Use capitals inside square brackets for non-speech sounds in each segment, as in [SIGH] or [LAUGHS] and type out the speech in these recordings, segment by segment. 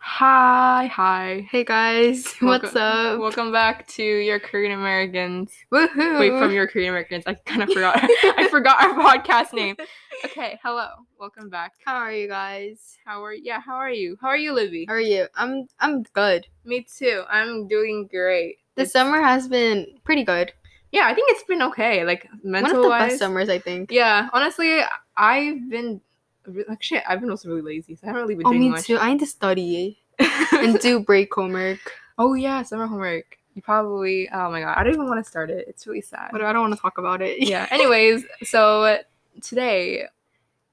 Hi, hi. Hey guys, [LAUGHS] what's up? Welcome- Welcome back to your Korean Americans. Woohoo! Wait, from your Korean Americans. I [LAUGHS] kind of forgot. I forgot our podcast name. Okay, hello. Welcome back. How are you guys? How are yeah, how are you? How are you, Livy? How are you? I'm I'm good. Me too. I'm doing great. The It's- summer has been pretty good. Yeah, I think it's been okay. Like mental One of the wise. best summers, I think. Yeah, honestly, I've been re- like shit, I've been also really lazy, so I haven't really been Oh, doing me much. too. [LAUGHS] I need to study and do break homework. oh yeah, summer homework. You probably oh my god, I don't even want to start it. It's really sad. But I don't want to talk about [LAUGHS] it. [LAUGHS] yeah. Anyways, so today,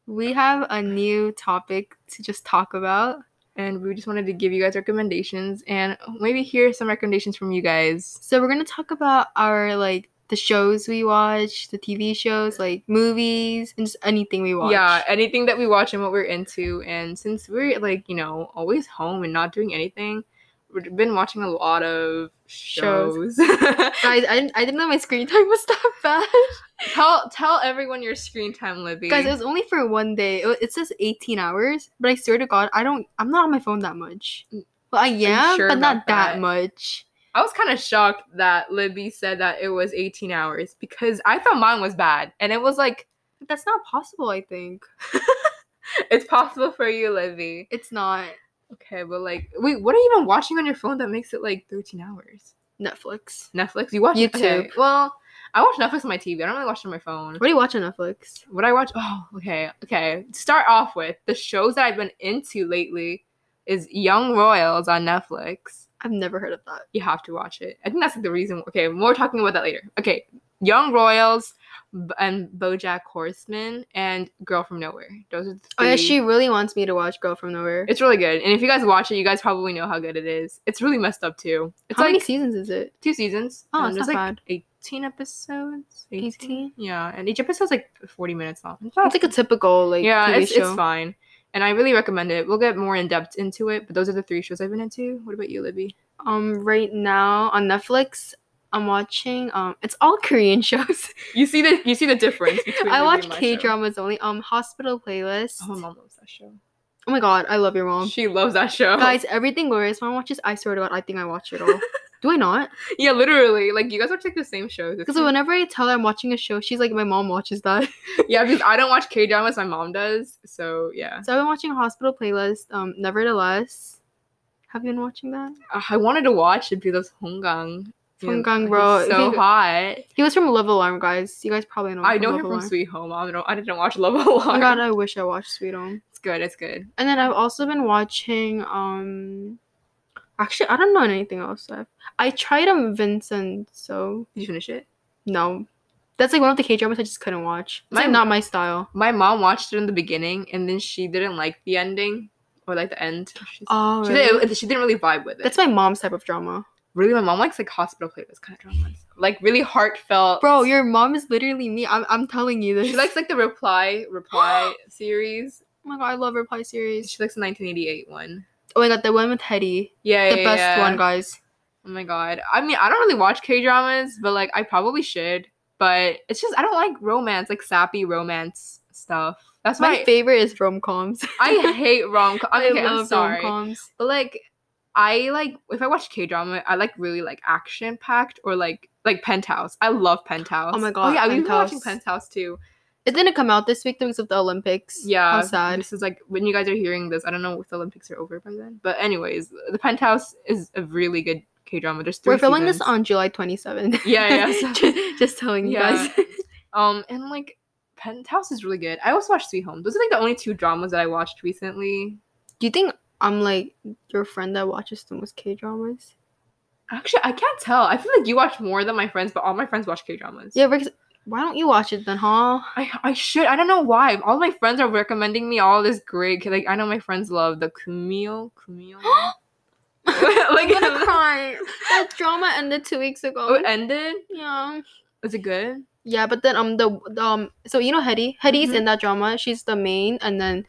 We have a new topic to just talk about. and we just wanted to give you guys recommendations and maybe hear some recommendations from you guys. So we're gonna talk about our like the shows we watch, the TV shows, like movies, and just anything we watch. Yeah, anything that we watch and what we're into. And since we're like, you know, always home and not doing anything, we've been watching a lot of shows. Shows. Guys, I didn't, I didn't know my screen time was that [LAUGHS] bad. [LAUGHS] tell tell everyone your screen time, Libby. Guys, it was only for one day. It, wa- it says 18 hours, but I swear to God, I don't. I'm not on my phone that much. Mm. Well, I am, sure but about not that, that? much. I was kind of shocked that Libby said that it was 18 hours because I thought mine was bad, and it was like [LAUGHS] But that's not possible. I think it's possible for you, Libby. it's not Okay, but like, wait, what are you even watching on your phone that makes it like 13 hours? Netflix. Netflix? You watch okay, YouTube. Well, I watch Netflix on my TV. I don't really watch it on my phone. What do you watch on Netflix? What I watch? Oh, okay, okay. To Start off with the shows that I've been into lately is Young Royals on Netflix. I've never heard of that. You have to watch it. I think that's like, the reason. Okay, we're talking about that later. Okay, Young Royals b- and BoJack Horseman and Girl from Nowhere. Those are the Oh yeah, three- she really wants me to watch Girl from Nowhere. It's really good, and if you guys watch it, you guys probably know how good it is. It's really messed up too. It's How like many seasons is it? two seasons. Oh, and it's there's not like bad. 18 episodes. 18? 18? Yeah, and each episode's like 40 minutes long. It's, It's like a typical like Oh. yeah, TV it's, show. it's fine. And I really recommend it. We'll get more in depth into it, but those are the three shows I've been into. What about you, Libby? Um, right now on Netflix, I'm watching um, it's all [LAUGHS] Korean shows. You see the you see the [LAUGHS] difference between I Libby watch and my K show. dramas only. Um, Hospital Playlist. Oh, my mom loves that show. Oh my god, I love your mom. She loves that show. Guys, everything Glorious Mom watches, I swear to God, I think I watch it all. Do [LAUGHS] I not? [LAUGHS] yeah, literally, like you guys watch like the same shows. It's Because like- whenever I tell her I'm watching a show, she's like, my mom [LAUGHS] watches that. yeah, because I don't watch K dramas, my mom does. So yeah, so I've been watching Hospital Playlist, um, Nevertheless. Have you been watching that? Uh, I wanted to watch it because Honggang. Honggang, bro. If so you- hot. He was from Love Alarm, guys. You guys probably know. him I know Love him from Alarm. Sweet Home. I don't. I didn't watch Love Alarm. Oh my god, I wish I watched Sweet Home. [LAUGHS] It's good. It's good. And then I've also been watching um actually I don't know anything else. I've, I tried um Vincent, so Did you finish it? no. That's like one of the K dramas I just couldn't watch. It's like My- not my style. My mom watched it in the beginning, and then she didn't like the ending or like the end. She's- Oh, she, didn't, she didn't really vibe with it. that's my mom's type of drama. really my mom likes like hospital playlist kind of dramas, like really heartfelt. Bro, your mom is literally me. I'm, I'm telling you this. she likes like the reply [GASPS] reply series. oh my god, I love Reply series. She likes the 1988 one. Oh my god, the one with Hetty. Yeah, The yeah, best yeah. one, guys. Oh my god. I mean, I don't really watch K dramas, but like I probably should. But it's just I don't like romance, like sappy romance stuff. That's My why favorite is rom [LAUGHS] coms. I hate rom com. Okay, I'm sorry. rom-coms. But like I like if I watch K drama, I like really like action packed or like like Penthouse. I love Penthouse. Oh my Oh God, yeah, we've been watching Penthouse Penthouse. too. It didn't come out this week because of the Olympics. Yeah, How sad. This is like when you guys are hearing this. I don't know if the Olympics are over by then. But anyways, the Penthouse is a really good K drama. There's three. We're filming this seasons. on July 27th. [LAUGHS] Yeah, [LAUGHS] yeah, so- just, just telling you Yeah. guys. Um, and like Penthouse is really good. I also watched Sweet Home. Those are like the only two dramas that I watched recently. Do you think I'm like your friend that watches the most K dramas? Actually, I can't tell. I feel like you watch more than my friends, but all my friends watch K dramas. Yeah, because why don't you watch it then, huh? I, I should. I don't know why. All my friends are recommending me all this great. Like I know my friends love the Kumail. Kumail. [LAUGHS] [LAUGHS] like [GASPS] I'm gonna cry. That drama ended two weeks oh, ago. it ended. Yeah. Is it good? Yeah, but then um the the, um so you know Hetty Hetty's Mhm. in that drama. She's the main, and then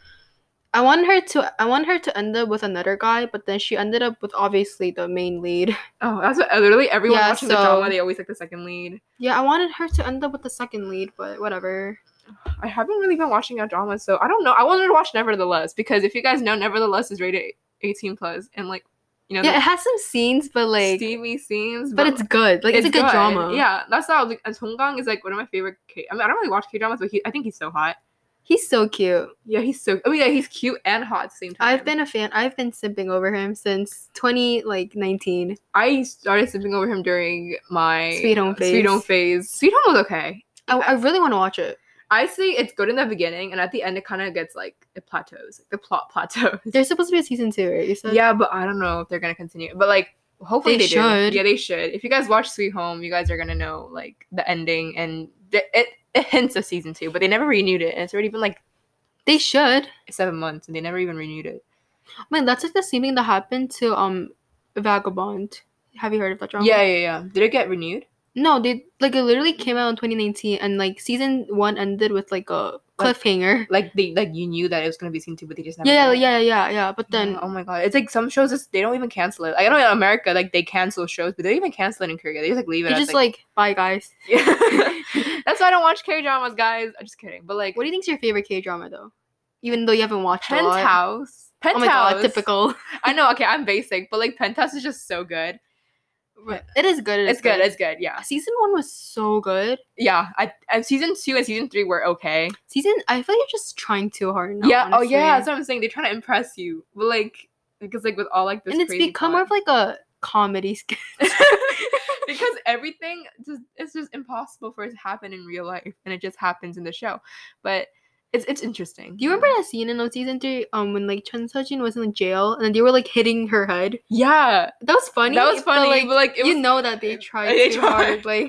I want her to I want her to end up with another guy, but then she ended up with obviously the main lead. [LAUGHS] Oh, that's what literally everyone Yeah, watching the drama. so- They always like the second lead. Yeah, I wanted her to end up with the second lead, but whatever. I haven't really been watching that drama, so I don't know. I wanted to watch Nevertheless because if you guys know, Nevertheless is rated 18 plus and like you know yeah, it the has some scenes, but like, steamy scenes, but it's good. Like, it's, a good, drama. Yeah, that's how I was like. And Song Gang is like one of my favorite. K- I mean, I don't really watch K dramas, but he, I think he's so hot. he's so cute. Yeah, he's so. I mean, yeah, he's cute and hot at the same time. I've been a fan. I've been simping over him since twenty like nineteen. I started sleeping over him during my Sweet Home Phase. Sweet Home phase. Sweet Home was okay. I, I really want to watch it. I say it's good in the beginning, and at the end, it kind of gets like it plateaus. Like, the plot [LAUGHS] plateaus. There's supposed to be a season two, right? You said yeah, but I don't know if they're gonna continue. But like, hopefully They they, should. do. Yeah, they should. If you guys watch Sweet Home, you guys are gonna know like the ending, and th- it it hints of season two, but they never renewed it, and it's already been like they should. seven months, and they never even renewed it. Man, that's like the same thing that happened to um Vagabond. Have you heard of that drama? Yeah, yeah, yeah. Did it get renewed? No, they like it literally came out in 2019, and like season one ended with like a Like- cliffhanger. Like they like you knew that it was gonna be season two, but they just never. [LAUGHS] yeah, renewed it. yeah, yeah, yeah. But then Yeah, oh my god, it's like some shows just they don't even cancel it. I know in America like they cancel shows, but they don't even cancel it in Korea. They just like leave it. they're as, just like, bye guys. Yeah. [LAUGHS] That's why I don't watch K dramas, guys. I'm just kidding. But like, What do you think's your favorite K drama though? Even though you haven't watched a lot. Penthouse. Oh Penthouse. my god, typical. [LAUGHS] I know. Okay, I'm basic, but like Penthouse is just so good. Yeah. It is good. it It's is good. It's good. Yeah. Season one was so good. Yeah. I and season two and season three were okay. Season, I feel like you're just trying too hard now. yeah. honestly. Oh yeah. That's what I'm saying. They're trying to impress you, but like because like with all like this and it's crazy become more plot- of like a comedy sketch. [LAUGHS] because everything just it's just impossible for it to happen in real life, and it just happens in the show. But it's it's interesting. Do you remember that scene in uh, season three, um, when like Chun Seo-jin was in jail and they were like hitting her head? Yeah, That was funny. that was but, funny. like, but like it was you know [LAUGHS] that they tried They too tried. hard. Like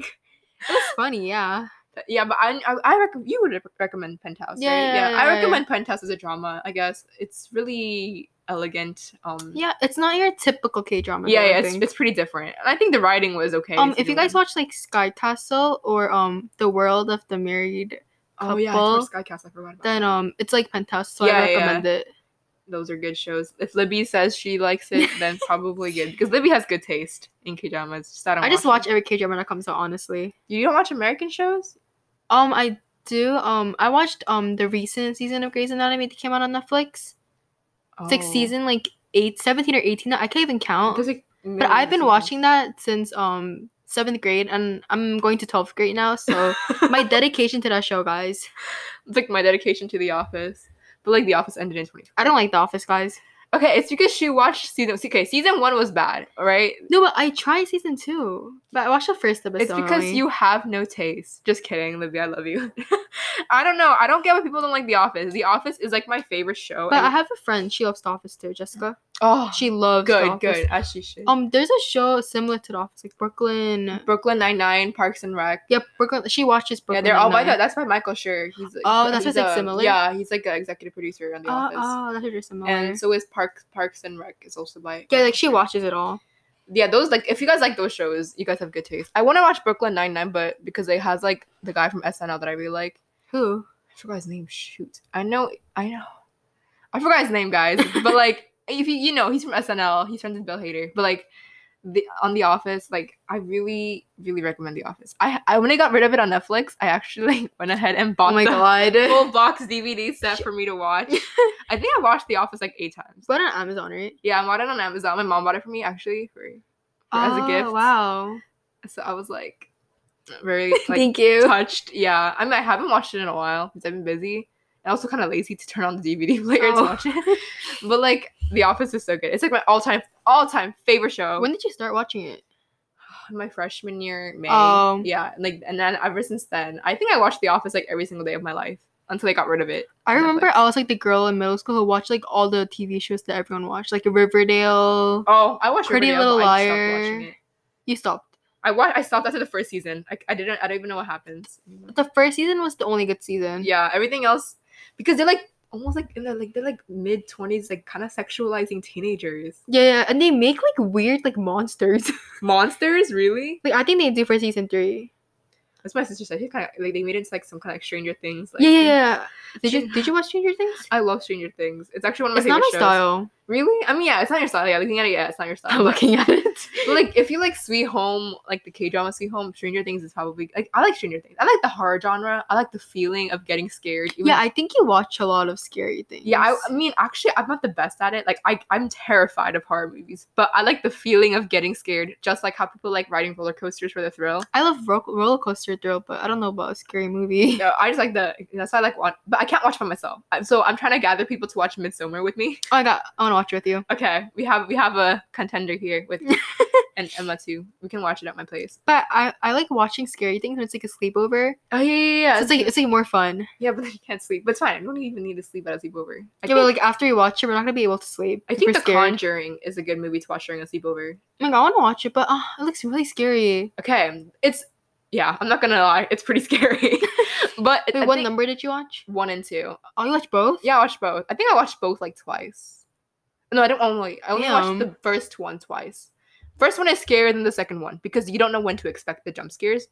it was funny, yeah. Yeah, but I I, I rec- you would rec- recommend Penthouse. Yeah, right? yeah, yeah, I yeah, recommend Penthouse as a drama. I guess it's really elegant. Um, Yeah, it's not your typical K drama. yeah, yeah, it's, it's pretty different. And I think the writing was okay. um, to if you do guys it. watch like Sky Castle or um The World of the Married, oh yeah, I Couple, Sky Castle. I forgot about then that. um, it's like Penthouse, so Yeah, I yeah. recommend it. Those are good shows. If Libby says she likes it, [LAUGHS] then probably good because Libby has good taste in K dramas. Just I don't. I just watch them. every K drama that comes out, honestly. You don't watch American shows? Um, I do. Um, I watched um the recent season of Grey's Anatomy that came out on Netflix. It's like Oh. season like eight, 17 or eighteen. I can't even count. There's, like, but millions I've been of watching that since um seventh grade, and I'm going to twelfth grade now. So [LAUGHS] them. my dedication to that show, guys. [LAUGHS] it's like my dedication to The Office. But like The Office ended in 2020. I don't like The Office, guys. Okay, it's because she watched season. Okay, season one was bad. All right, No, but I tried season two, but I watched the first episode. it's because only. you have no taste. Just kidding, Libby. I love you. [LAUGHS] I don't know. I don't get why people don't like The Office. The Office is like my favorite show. But I and- have a friend. She loves The Office too, Jessica. oh, She loves The good, Office. good. As she should. Um, there's a show similar to The Office, like Brooklyn. Brooklyn Nine Nine, Parks and Rec. Yep, Brooklyn. She watches Yeah, Brooklyn. they're all by Nine-Nine. the. That's by Michael Schur. He's like, Oh, that's he's what's, like, a- similar? Yeah, he's like an executive producer on The Oh, Office. oh, that's very similar. and so is Parks Parks and Rec is also by yeah, like she watched. watches it all. yeah, those like if you guys like those shows, you guys have good taste. I want to watch Brooklyn Nine Nine, but because it has like the guy from SNL that I really like. Who? I forgot his name. Shoot, I know, I know, I forgot his name, [LAUGHS] guys. but like, if you you know, he's from SNL. He's friends with Bill Hader. But like, the on The Office, like I really really recommend The Office. I I when I got rid of it on Netflix, I actually [LAUGHS] went ahead and bought Oh my the [LAUGHS] god. full box DVD [LAUGHS] set for me to watch. I think I watched The Office like eight times. But on Amazon, right? Yeah, I bought it on Amazon. My mom bought it for me actually for, for as a Oh, gift. Wow. So I was like [LAUGHS] very like Thank you. touched. Yeah. I mean I haven't watched it in a while because I've been busy. And also kind of lazy to turn on the DVD [LAUGHS] player to Oh. watch it. [LAUGHS] But like The Office is so good. It's like my all time all time favorite show. When did you start watching it? my freshman year, May. Oh. Yeah. And like and then ever since then, I think I watched The Office like every single day of my life until I got rid of it. I on remember Netflix. I was like the girl in middle school who watched like all the TV shows that everyone watched, like Riverdale. Oh, I watched Pretty Riverdale, Little but I stopped Liar. watching it. You stopped. I watched I stopped after the first season. I, I didn't I don't even know what happens. anymore. But the first season was the only good season. yeah everything else because they're like almost like in their like they're like mid 20s like kind of sexualizing teenagers Yeah, yeah, and they make like weird like monsters. [LAUGHS] monsters really like I think they do for season three. that's what my sister said she's kind of like they made it into like some kind of like stranger things like yeah, yeah, yeah. Did she- you did you watch Stranger Things? i love stranger things it's actually one of my It's favorite not my shows style. Really? I mean, yeah, it's not your style. Yeah, looking at it, yeah, it's not your style. I'm looking at it. But, like, if you like Sweet Home, like the K drama Sweet Home, Stranger Things is probably like I like Stranger Things. I like the horror genre. I like the feeling of getting scared. even [LAUGHS] yeah, I think you watch a lot of scary things. Yeah, I, I mean, actually, I'm not the best at it. Like, I, I'm terrified of horror movies, but I like the feeling of getting scared, just like how people like riding roller coasters for the thrill. I love ro- roller coaster thrill, but I don't know about a scary movie. No, I just like the. That's why I like watch, but I can't watch by myself. I- So I'm trying to gather people to watch Midsummer with me. [LAUGHS] [LAUGHS] Oh, I got. I want to watch it with you. Okay, we have we have a contender here with [LAUGHS] and Emma too. We can watch it at my place. But I, I like watching scary things when it's like a sleepover. Oh yeah, yeah, yeah. So it's like it's like more fun. yeah, but then you can't sleep. But it's fine. I don't even need to sleep at a sleepover. I yeah, but like after you watch it, we're not gonna be able to sleep. I if think we're The scared. Conjuring is a good movie to watch during a sleepover. Like I want to watch it, but uh, it looks really scary. Okay, it's yeah. I'm not gonna lie, it's pretty [LAUGHS] scary. but Wait, I what think number did you watch? one and two. Oh, you watched both? Yeah, I watched both. I think I watched both like twice. No, I don't only. I only watched the Damn. first one twice. First one is scarier than the second one because you don't know when to expect the jump scares.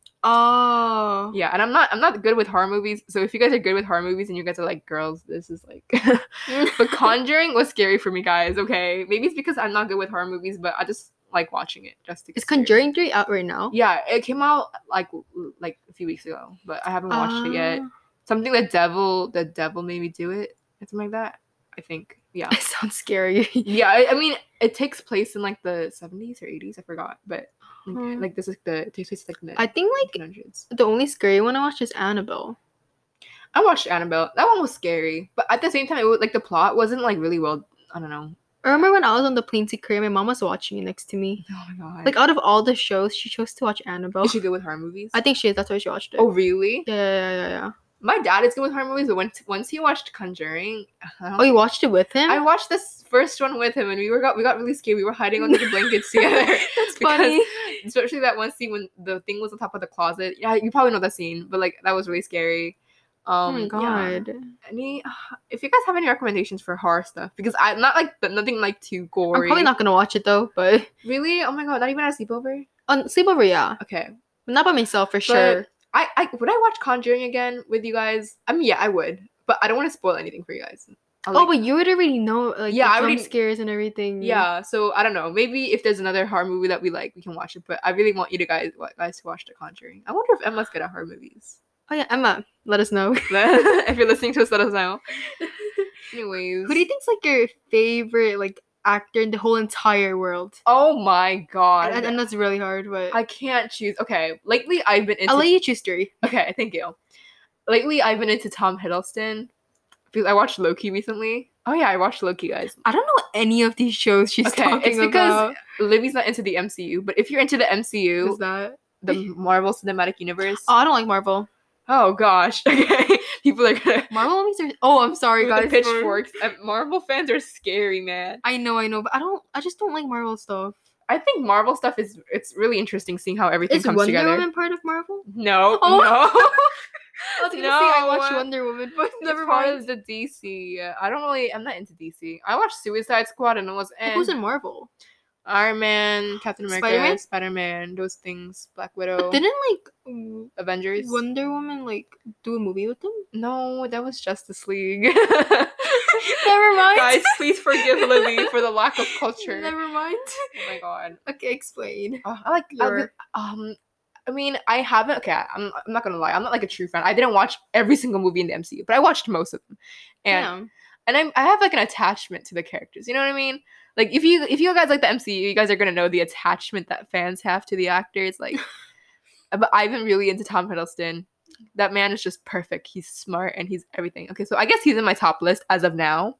Oh. Yeah, and I'm not I'm not good with horror movies. So if you guys are good with horror movies and you guys are like, girls, this is like [LAUGHS] [LAUGHS] But Conjuring was scary for me guys, okay? Maybe it's because I'm not good with horror movies, but I just like watching it just to get Is scared. Conjuring three out right now? Yeah, it came out like l- like a few weeks ago, but I haven't watched it yet. Ah. Something the devil the devil made me do it. Something like that. I think. [LAUGHS] Yeah. Ah. It sounds [LAUGHS] scary. yeah, I, I mean it takes place in like the 70s or 80s, I forgot, but like, Hmm. like this is the it takes place like in the I think like 1900s. the only scary one I watched is Annabelle. I watched Annabelle. That one was scary, but at the same time, it was, like the plot wasn't like really well. I don't know. I remember when I was on the plane to Korea, my mom was watching it next to me. Oh my god! Like out of all the shows, she chose to watch Annabelle. is she good with horror movies? I think she is. That's why she watched it. oh really? Yeah, yeah, yeah, yeah, yeah. My dad is good with horror movies, but once once he watched Conjuring, [LAUGHS] I, don't Oh, you watched it with him? I watched this first one with him, and we were got we got really scared. We were hiding under the [LAUGHS] blankets together. [LAUGHS] That's because- funny. Especially that one scene when the thing was on top of the closet. Yeah, you probably know that scene, but like that was really scary. oh Um, my yeah. god. Any, [SIGHS] if you guys have any recommendations for horror stuff, because I'm not like the, nothing like too gory. I'm probably not gonna watch it though, but [LAUGHS] Really? Oh my god! Not even at a sleepover. on sleepover, yeah, Okay. but not by myself for sure. I, I would I watch Conjuring again with you guys? I mean, yeah, I would, but I don't want to spoil anything for you guys. I oh, like- but you would already know, like, Yeah, yeah, I the already- jump scares and everything. yeah. So I don't know. Maybe if there's another horror movie that we like, we can watch it. But I really want you to guys wa- guys to watch The Conjuring. I wonder if Emma's good at horror movies. [LAUGHS] Oh yeah, Emma, let us know. [LAUGHS] if you're listening to us, let us know. Anyways, Who do you think's like your favorite like actor in the whole entire world? oh my god, And, and that's really hard, but I I, can't choose. Okay, lately I've been into will let you choose three. Okay, thank you. Lately, I've been into Tom Hiddleston because I watched Loki recently. Oh yeah, I watched Loki, guys. I don't know any of these shows she's Okay, talking it's because about. Libby's not into the MCU, but if you're into the Is MCU, that? the Marvel Cinematic Universe, Oh, I don't like Marvel. oh gosh, [LAUGHS] okay, people are gonna Marvel movies are. Oh, I'm sorry, with guys. the for- pitchforks. Uh, Marvel fans are scary, man. I know, I know, but I don't. I just don't like Marvel stuff. I think Marvel stuff is it's really interesting seeing how everything Is comes Wonder together. Woman part of Marvel? No, Oh. [LAUGHS] no. I was gonna say I No. watched Wonder Woman, but [LAUGHS] never it's part mind. of the DC. I don't really. I'm not into DC. I watched Suicide Squad and it was. Like, Eh. Who's in Marvel? Iron Man, Captain America, Spider-Man? Spider-Man, those things, Black Widow, But didn't like w- Avengers. Wonder Woman like do a movie with them? No, that was Justice League. [LAUGHS] [LAUGHS] Never mind. Guys, [LAUGHS] please forgive Lily for the lack of culture. Never mind. [LAUGHS] Oh my god. Okay, explain. Oh, I like I- Your- um I mean, I haven't okay, I'm I'm not going to lie. I'm not like a true fan. I didn't watch every single movie in the MCU, but I watched most of them. And Yeah. and I'm, I have like an attachment to the characters. You know what I mean? Like if you if you guys like the MCU, you guys are gonna know the attachment that fans have to the actors. [LAUGHS] Like, but I've been really into Tom Hiddleston. That man is just perfect. He's smart and he's everything. Okay, so I guess he's in my top list as of now.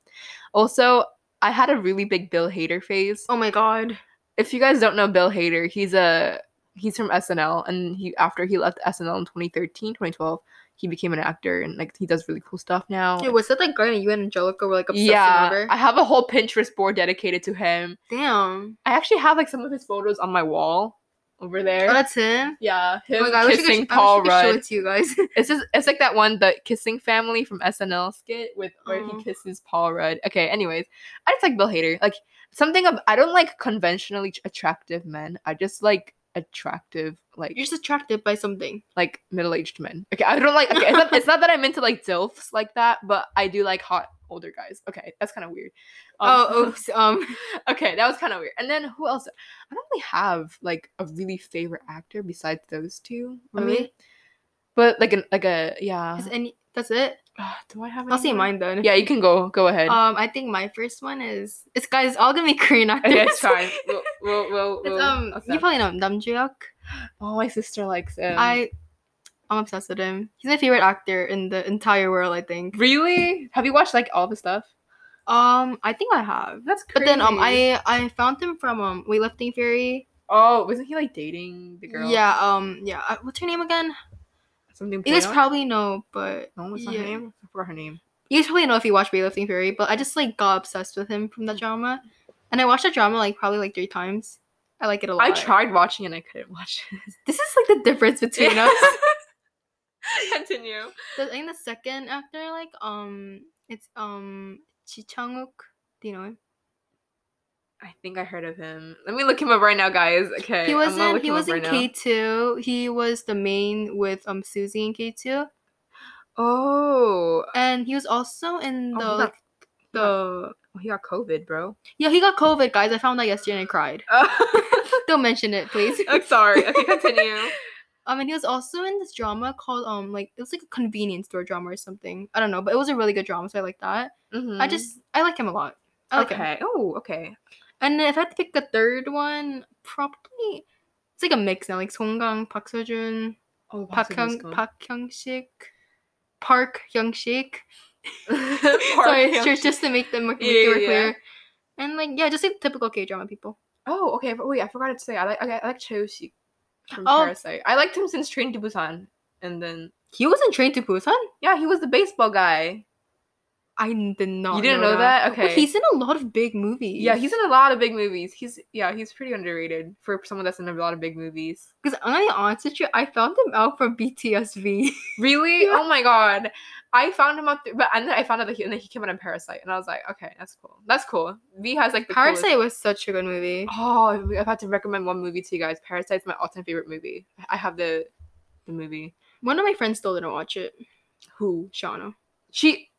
Also, I had a really big Bill Hader phase. Oh my god. If you guys don't know Bill Hader, he's a he's from SNL and he after he left SNL in 2013, 2012, he became an actor and like he does really cool stuff now. Dude, was that that guy that you and Angelica were like obsessed Yeah, over? I have a whole Pinterest board dedicated to him. Damn. I actually have like some of his photos on my wall over there. Oh, that's him. yeah, him oh my god, I wish I could- kissing I wish I Paul could show Rudd. it to you guys. [LAUGHS] It's just it's like that one, the kissing family from SNL skit with where Oh. he kisses Paul Rudd. Okay, anyways, I just like Bill Hader. Like something of I don't like conventionally attractive men. I just like attractive, like You're just attracted by something. like middle aged men. Okay, I don't like. Okay, it's, not, it's not that I'm into like dilfs like that, but I do like hot older guys. Okay, that's kind of weird. Um, oh, [LAUGHS] oops. Um, [LAUGHS] okay, that was kind of weird. And then who else? I don't really have like a really favorite actor besides those two. I mean, Really? Uh-huh. but like an like a yeah. is any? That's it. [SIGHS] do I have? I'll say anyone? mine then. Yeah, you can go. Go ahead. [LAUGHS] Um, I think my first one is it's guys it's all gonna be Korean actors. okay, [LAUGHS] it's fine. [LAUGHS] We'll, we'll, we'll, It's, we'll um, you accept. probably know Namjoon. oh, my sister likes him. I, I'm obsessed with him. He's my favorite actor in the entire world. I think. really have you watched like all the stuff? Um, I think I have. That's crazy. But then um, I I found him from um Weightlifting Fury. oh, wasn't he like dating the girl? Yeah. Um. Yeah. uh, What's her name again? something. You guys Puyo? probably know, but No, what's not her Yeah. name? I forgot her name. you guys probably know if you watch Weightlifting Fury. But I just like got obsessed with him from that drama, and I watched that drama like probably like three times. I like it a lot. I tried watching and I couldn't watch it. [LAUGHS] This is like the difference between us. Continue. The, I think the second actor, like um, it's um Chi Chang Wook. Do you know him? I think I heard of him. Let me look him up right now, guys. Okay. he I'm was gonna in look he him up was in right now. K two. He was the main with um Susie in K two, Oh. and he was also in Oh, the he got- like he the Oh, he got COVID, bro. [LAUGHS] yeah he got COVID guys. I found out yesterday and I cried. Don't mention it, [LAUGHS] please. [LAUGHS] I'm [LAUGHS] sorry. Okay, continue. Um, and he was also in this drama called um like it was like a convenience store drama or something. I don't know, but it was a really good drama, so I like that. I Mhm. just I like him a lot. I like him. okay. Oh, okay. And if I had to pick the third one, probably it's like a mix now, like Song Gang, Park Seo Joon, Oh, Park Hyung, [LAUGHS] Park Hyung Sik, Park Hyung Sik. Sorry, Sorry, just, just to make them make Yeah, it yeah, yeah. clear. And like yeah, just like typical K drama people. Oh, okay. But wait, I forgot to say. I like. I, I like Cho Sik from Oh. Parasite. I liked him since Train to Busan, and then He wasn't trained to Busan. yeah, he was the baseball guy. I n- did not. You didn't know that? But Okay. he's in a lot of big movies. Yeah, he's in a lot of big movies. He's yeah, he's pretty underrated for someone that's in a lot of big movies. because I'm gonna be honest with you, I found him out [LAUGHS] from BTSV. Really? Yeah. Oh my god. I found him up there, but and then I found out that he, and then he came out in Parasite, and I was like, okay, that's cool. That's cool. V has like the coolest- Parasite was such a good movie. Oh, if I've had to recommend one movie to you guys. Parasite's my all-time favorite movie. I have the the movie. One of my friends still didn't watch it. Who? Shauna. She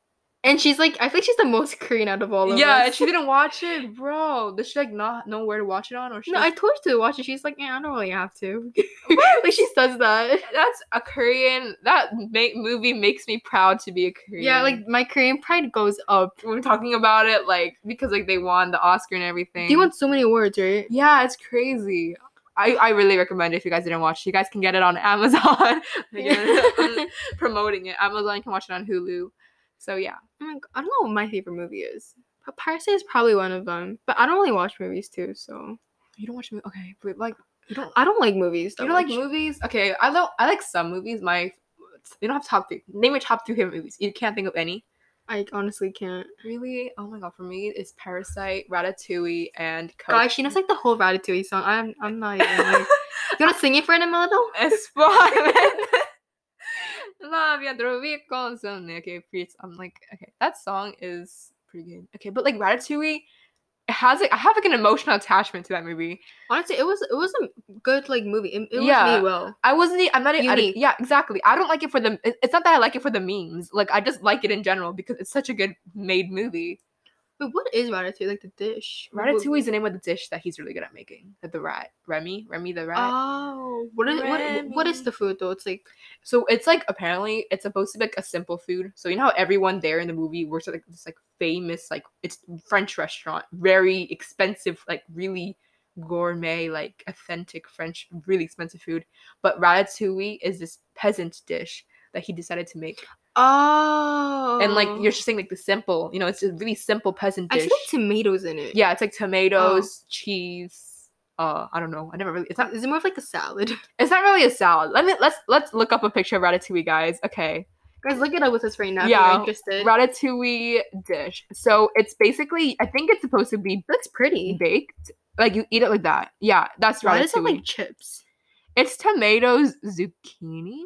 And she's like, I think she's the most [LAUGHS] Korean out of all of us. yeah, and she didn't watch it, bro. Does she like not know where to watch it on, or she? [LAUGHS] No, I just- told her to watch it. She's like, yeah, I don't really have to. [LAUGHS] like she says that. that's a Korean. That ma- movie makes me proud to be a Korean. Yeah, like my Korean pride goes up. we were talking about it, like because like they won the Oscar and everything. They won so many awards, right? Yeah, it's crazy. I, I really recommend it if you guys didn't watch it. You guys can get it on Amazon. [LAUGHS] Again, [LAUGHS] I'm promoting it. Amazon can watch it on Hulu. So yeah. I'm like, I don't know what Oh my favorite movie is. But Parasite is probably one of them. But I don't really watch movies too, so You don't watch movies. Okay, but like you don't I don't like movies. you that don't like much. movies? Okay, I don't I like some movies. My you don't have top three. Name your top three favorite movies. You can't think of any. I honestly can't. Really? Oh my god, for me it's Parasite, Ratatouille, and Coco. Guys, [LAUGHS] she knows like the whole Ratatouille song. I'm I'm not even like You wanna sing it for an little? [LAUGHS] Spoiler. Love ya, Drovi, Consonne, Okay, please. I'm like, okay, that song is pretty good. Okay, but like Ratatouille, it has like I have like an emotional attachment to that movie. Honestly, it was it was a good like movie. It, it was Yeah. made well. I wasn't. e- I'm not. e- I didn't- Unique. yeah, exactly. I don't like it for the. it- It's not that I like it for the memes. Like I just like it in general because it's such a good made movie. But what is Ratatouille? Like the dish. What- Ratatouille is the name of the dish that he's really good at making. That the rat, Remy, Remy the rat. Oh, what is what, what- what is Remy. the food though? It's like So it's like apparently it's supposed to be like a simple food. So you know how everyone there in the movie works at like this like famous like it's French restaurant, very expensive, like really gourmet, like authentic French, really expensive food. But ratatouille is this peasant dish that he decided to make, oh, and like you're just saying like the simple, you know, it's a really simple peasant I dish. see like Oh. tomatoes in it. yeah, it's like tomatoes, cheese. Uh, I don't know. I never really. It's not. is it more of like a salad? [LAUGHS] It's not really a salad. Let me. Let's let's look up a picture of ratatouille, guys. Okay. Guys, look it up with us right now. if Yeah, you're interested. ratatouille dish. So it's basically, I think it's supposed to be looks pretty. baked. Like you eat it like that. Yeah, that's Why ratatouille. does it like chips? it's tomatoes, zucchini,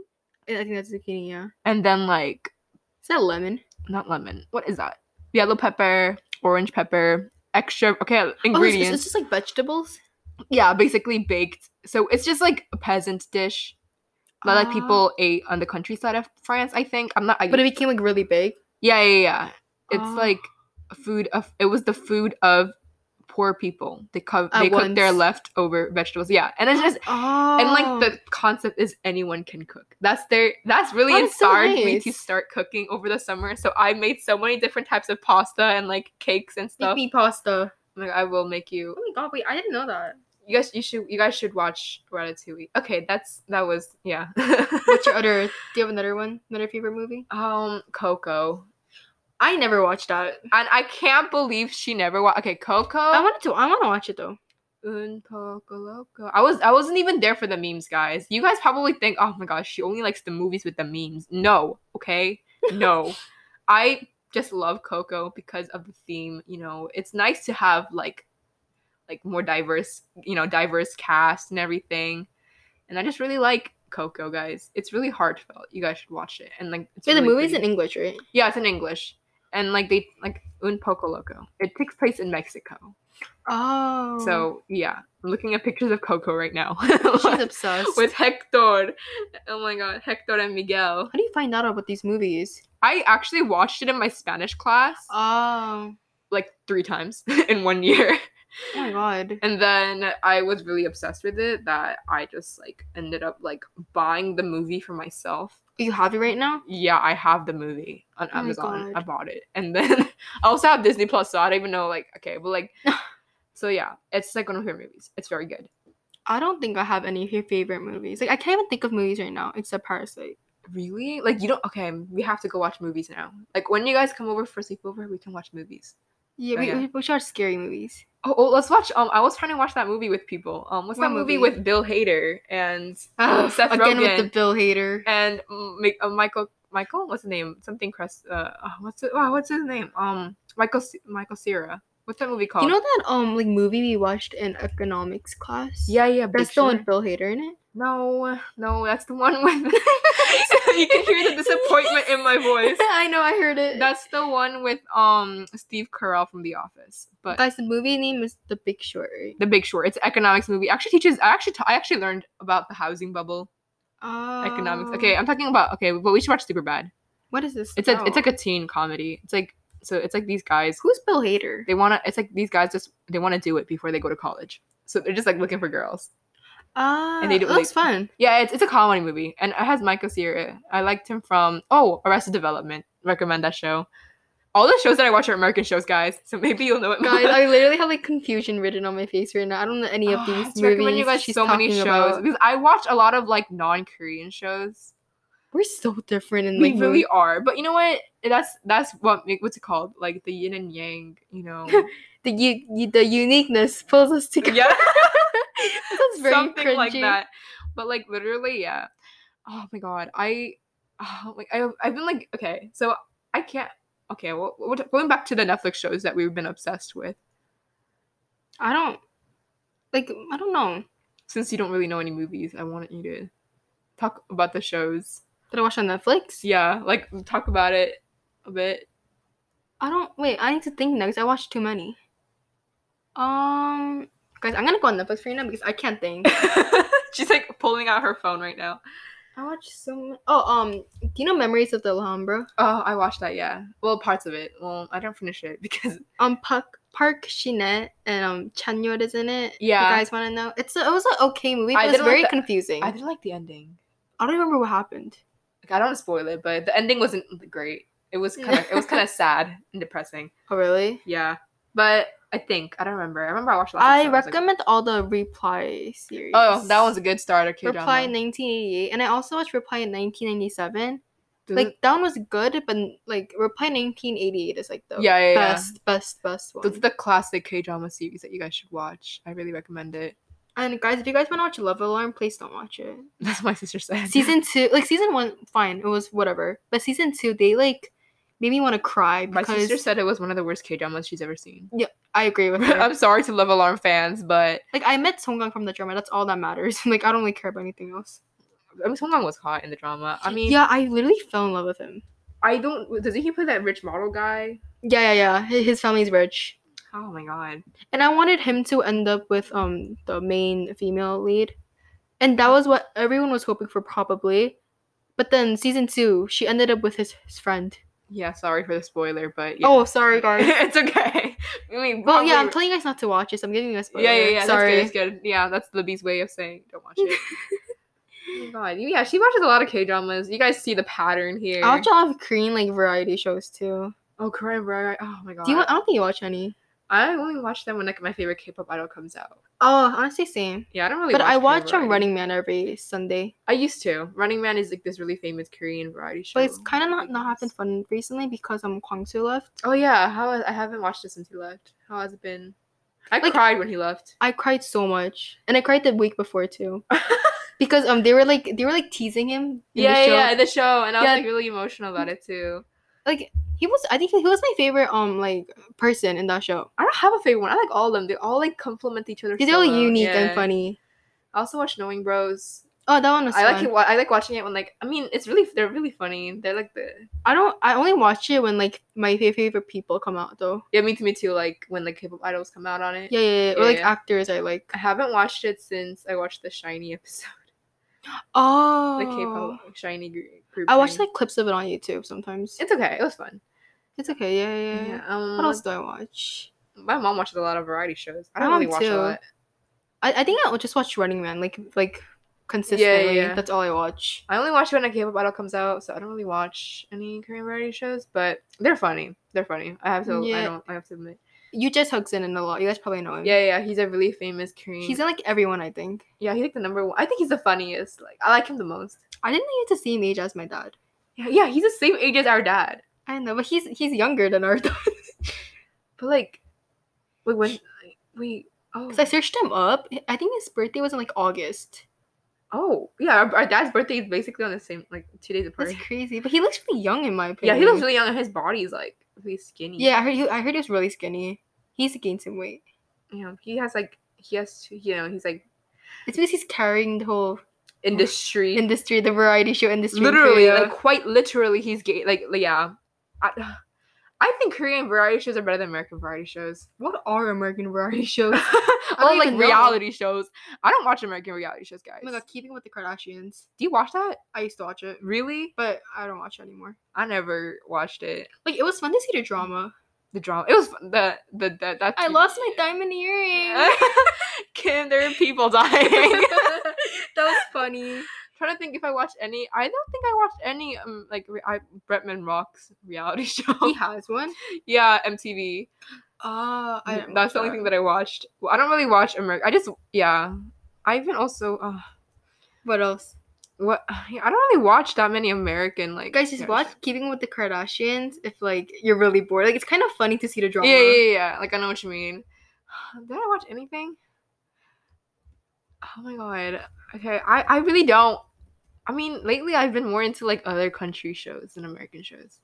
I I think that's zucchini. Yeah, and then like is that lemon? not lemon. What is that? Yellow pepper, orange pepper, extra. Okay, Oh, it's- it's, ingredients. it's just like vegetables. yeah, basically baked. So it's just like a peasant dish that like Ah. people ate on the countryside of France. I think I'm not. I, But it became like really big. yeah, yeah, yeah. It's Ah. like a food of. It was the food of poor people. They co- At they cooked their once. leftover vegetables. Yeah, and it's just Oh. and like the concept is anyone can cook. That's their that's really That is so inspired me to nice. start cooking over the summer. So I made so many different types of pasta and like cakes and stuff. meat pasta. I'm like I will make you. Oh my god, wait, I didn't know that. You guys you should you guys should watch Ratatouille. Okay, that's that was yeah. [LAUGHS] What's your other? Do you have another one? Another favorite movie? um Coco. I never watched that. And I can't believe she never watched Okay, Coco. I wanted to. I want to watch it though. Un poco loco. I was I wasn't even there for the memes, guys. You guys probably think, oh my gosh, she only likes the movies with the memes. No, okay, [LAUGHS] no. I just love Coco because of the theme. You know, it's nice to have like, like more diverse, you know, diverse cast and everything. And I just really like Coco, guys. It's really heartfelt. You guys should watch it. And like, it's Yeah, the really movie's pretty. in English, right? yeah, it's in English. And like they like Un poco loco. It takes place in Mexico. Oh. [LAUGHS] So yeah, I'm looking at pictures of Coco right now [LAUGHS] she's obsessed. with Hector. Oh my god, Hector and Miguel. How do you find out about these movies? I actually watched it in my Spanish class Oh. like three times [LAUGHS] in one year, Oh my god. and then I was really obsessed with it that I just like ended up like buying the movie for myself. You have it right now? Yeah, I have the movie on Oh my Amazon. I God. bought it, and then [LAUGHS] I also have Disney Plus, so I don't even know like okay, but [LAUGHS] like. So yeah, it's like one of her movies. It's very good. I don't think I have any of your favorite movies. Like I can't even think of movies right now except Parasite. Really? Like you don't? Okay, we have to go watch movies now. Like when you guys come over for sleepover, we can watch movies. Yeah, we, Okay. we which are scary movies. Oh, oh, let's watch. Um, I was trying to watch that movie with people. Um, what's What that movie? movie? with Bill Hader and Ugh, Oh, Seth [SIGHS] again with the Rogen. Bill Hader. and mm, Mi- uh, Michael? Michael? What's his name? Something Crest. Uh, oh, what's it? Oh, what's his name? Um, Michael. C- Michael Cera. What's that movie called? You know that um like movie we watched in economics class? yeah, yeah. That's Big the one Short. with Bill Hader in it. No, no, that's the one [LAUGHS] with. [LAUGHS] so you can hear the disappointment in [LAUGHS] my voice. [LAUGHS] I know, I heard it. That's the one with um Steve Carell from The Office. But guys, the movie name is The Big Short, right? The Big Short. It's an economics movie. Actually teaches. I actually t- I actually learned about the housing bubble economics. Oh. Okay, I'm talking about okay, but we should watch Superbad. What is this? Oh. It's a it's like a teen comedy. It's like so it's like these guys Who's Bill Hader? they want to. It's like these guys just they want to do it before they go to college. So they're just like looking for girls. Ah, and they do- it looks they- fun. [LAUGHS] Yeah, it's it's a comedy movie and it has Michael Cera. I liked him from oh Arrested Development. Recommend that show. All the shows that I watch are American shows, guys. So maybe you'll know it. [LAUGHS] more. Guys, I literally have like confusion written on my face right now. I don't know any of Oh, I these have to movies. recommend you guys she's so many talking shows about. because I watch a lot of like non-Korean shows. We're so different in we like really really are, but you know what? That's that's what make- what's it called? Like the yin and yang, you [LAUGHS] know? the u- u- the uniqueness pulls us together. [LAUGHS] yeah, [LAUGHS] That's very something like cringy. that. But like literally, yeah. Oh my god, I oh, like I I've been like okay, so I can't. Okay, well, what- going back to the Netflix shows that we've been obsessed with, I don't like. I don't know. since you don't really know any movies, I wanted you to talk about the shows. Did I watch on Netflix? Yeah, like talk about it a bit. I don't. Wait, I need to think now because I watched too many. Um, guys, I'm gonna go on Netflix right now because I [LAUGHS] can't think. She's like pulling out her phone right now. I watched so. Many- oh, um, do you know Memories of the Alhambra? Oh, I watched that. Yeah, well, parts of it. Well, I don't finish it [LAUGHS] because um Park Park Shinet and um Chanyeol is in it. Yeah. you guys want to know? It's a, it was an okay movie, I but it's didn't like very the- confusing. I I, didn't like the ending. don't remember what happened. Like, I don't want to spoil it, but the ending wasn't great. It was kind of it was [LAUGHS] kind of sad and depressing. Oh really? Yeah, but I think I don't remember. I remember I watched. Lots of I shows, like- recommend all the Reply series. oh, that one's a good starter. K drama. Reply in 1988, and I also watched Reply in 1997. Like that one was good, but like Reply 1988 is like the Yeah, yeah, yeah. best, best, best one. Those are the classic K drama series that you guys should watch. I really recommend it. [LAUGHS] and guys, if you guys want to watch Love Alarm, please don't watch it. That's what my sister said. season two like season one fine it was whatever but season two they like made me want to cry [LAUGHS] My because sister said it was one of the worst K dramas she's ever seen. [LAUGHS] i agree with her I'm sorry to Love Alarm fans, but like i met songgang from the drama that's all that matters [LAUGHS] like i don't really care about anything else I mean, Songwon was hot in the drama. I mean, yeah i literally fell in love with him I don't. Doesn't he play that rich model guy? yeah yeah yeah Hi- his family's rich Oh my god. and I wanted him to end up with um the main female lead, and that was what everyone was hoping for probably, but then season two she ended up with his, his friend. Yeah, sorry for the spoiler, but yeah. Oh, sorry guys. [LAUGHS] it's okay. I mean, well, yeah, I'm probably- telling you guys not to watch this. I'm giving you a spoiler. yeah, yeah, yeah. Sorry. That's good, that's good. Yeah, that's the bee's way of saying don't watch [LAUGHS] it. oh my god. Yeah, she watches a lot of K dramas. You guys see the pattern here. I watch a lot of Korean like variety shows too. oh, Korean variety. Oh my god. Do you? I don't think you watch any. I only watch them when like my favorite K-pop idol comes out. Oh, honestly, same. Yeah, I don't really. But I Korean watch on variety. Running Man every Sunday. I used to. Running Man is like this really famous Korean variety show. But it's kind of that not they not use. happened fun recently because um Kwang Soo left. Oh yeah, how I haven't watched it since he left. How has it been? I Like- cried when he [LAUGHS] left. I cried so much, and I cried the week before too, because um they were like they were like teasing him. in the yeah, show. yeah, the show, and I was Yeah. like really emotional about it too. Like he was, I think he was my favorite um like person in that show. I don't have a favorite one. I like all of them. They all like complement each other. He's so all well. unique Yeah. and funny. I also watch Knowing Bros. Oh, that one was. I like fun. it. wa- I like watching it when like I mean it's really they're really funny. They're like the I don't. I only watch it when like my fa- favorite people come out though. yeah me too me too like when like K-pop idols come out on it. Yeah, yeah, yeah. Or Yeah, like yeah. actors I like. I haven't watched it since I watched the Shiny episode, Oh, the K-pop Shiny gr- group. I watch thing. like clips of it on YouTube sometimes. it's okay. It was fun. It's okay. Yeah, yeah. yeah. Yeah. Um, What else do I watch? My mom watches a lot of variety shows. I My don't really mom watch too. a lot. I, I think I just watch Running Man like like consistently. yeah. That's all I watch. I only watch when a K-pop idol comes out, so I don't really watch any Korean variety shows. But they're funny. They're funny. I have to. I Yeah. don't. I have to admit. You just hooks in in a lot. You guys probably know him. Yeah, yeah. He's a really famous Korean. He's in like everyone, I think. yeah, he's like the number one. I think he's the funniest. Like I like him the most. I didn't get to see him age as my dad. Yeah, yeah. He's the same age as our dad. I know, but he's he's younger than our [LAUGHS] dad. But like, wait, when? Wait. Oh. Cause I searched him up. I think his birthday was in like August. oh. Yeah. Our, our dad's birthday is basically on the same. Like two days apart. That's crazy. But he looks really young in my Yeah, opinion. he looks really young, and his body is like really skinny. Yeah, I heard he I heard he was really skinny. He's gained some weight. You know, he has like he has to. You know, he's like It's because he's carrying the whole industry. industry, the variety show industry. in literally Korea. like quite literally he's gay like li- yeah I, [SIGHS] I think korean variety shows are better than american variety shows [LAUGHS] what are American variety [LAUGHS] shows? oh or don't like even know. reality shows i don't watch american reality shows guys my god, keeping with the Kardashians. do you watch that I used to watch it, really but I don't watch it anymore. i never watched it Like it was fun to see the drama. the drama it was fun- the the, the that I lost my [LAUGHS] diamond earring. Kim, there are [LAUGHS] people dying. that was funny. [LAUGHS] trying to think if I watched any. I don't think I watched any um, like re- I, Bretman Rock's reality [LAUGHS] show. He has one. yeah, MTV. Ah, I didn't that's watch the only thing that I watched. Well, I don't really watch America. I just yeah. I even also uh, What else? what [SIGHS] yeah, I don't really watch that many American like Guys, just yeah, watch Keeping with the Kardashians if like you're really bored. Like it's kind of funny to see the drama. Yeah, yeah, yeah. Like I know what you mean. [SIGHS] Did I watch anything? Oh my god. Okay, I I really don't. I mean, lately I've been more into like other country shows than American shows.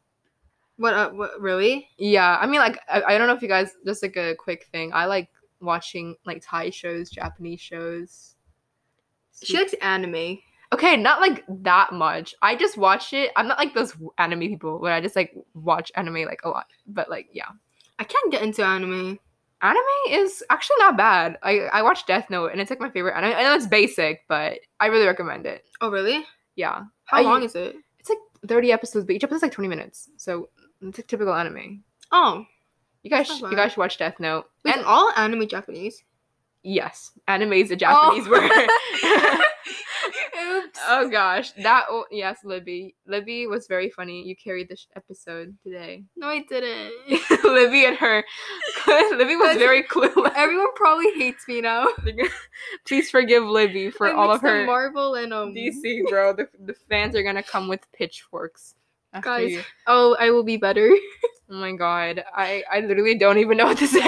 What? Uh, what? Really? Yeah, I mean, like I, I don't know if you guys just like a quick thing. I like watching like Thai shows, Japanese shows. She likes anime. Okay, not like that much. I just watch it. I'm not like those anime people where I just like watch anime like a lot. But like, yeah. I can't get into anime. Anime is actually not bad. I I watched Death Note and it's like my favorite anime. I know it's basic, but I really recommend it. Oh, really? Yeah. How Are long you- is it? 30 episodes, but each episode's like 20 minutes. So it's like typical anime. Oh, You guys That's sh- not you bad. guys should watch Death Note. wait, and is all [LAUGHS] anime Japanese. yes, anime is Oh. a Japanese word. [LAUGHS] [LAUGHS] word. Oops. oh gosh. That o- yes, Libby. Libby was very funny. You carried this episode today. [LAUGHS] No, I didn't. [LAUGHS] [LAUGHS] Libby and her. Libby was Guys, very [LAUGHS] clueless. Everyone probably hates me now. Please forgive Libby [LAUGHS] for I all of mixed up her Marvel and um DC, bro. The, the fans are gonna come with pitchforks. after Guys. you. Oh, I will be better. [LAUGHS] oh my god, I I literally don't even know what to [LAUGHS] [LAUGHS] say.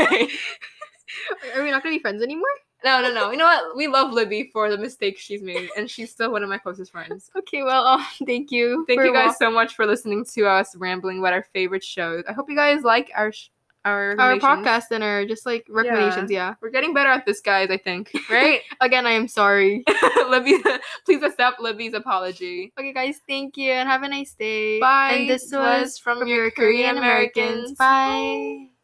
Are we not gonna be friends anymore? No, no, no. You know what? We love Libby for the mistakes she's made, and she's still one of my closest friends. Okay, well, [LAUGHS] um, thank you. Thank for you guys wa- so much for listening to us rambling about our favorite shows. I hope you guys like our sh- our Our recommendations. podcast and our just like recommendations. Yeah. We're getting better at this, guys. I [LAUGHS] think, right? [LAUGHS] Again, I am sorry. Libby, please accept Libby's apology. okay, guys, thank you and have a nice day. Bye. And this was was from your Korean Americans. Bye.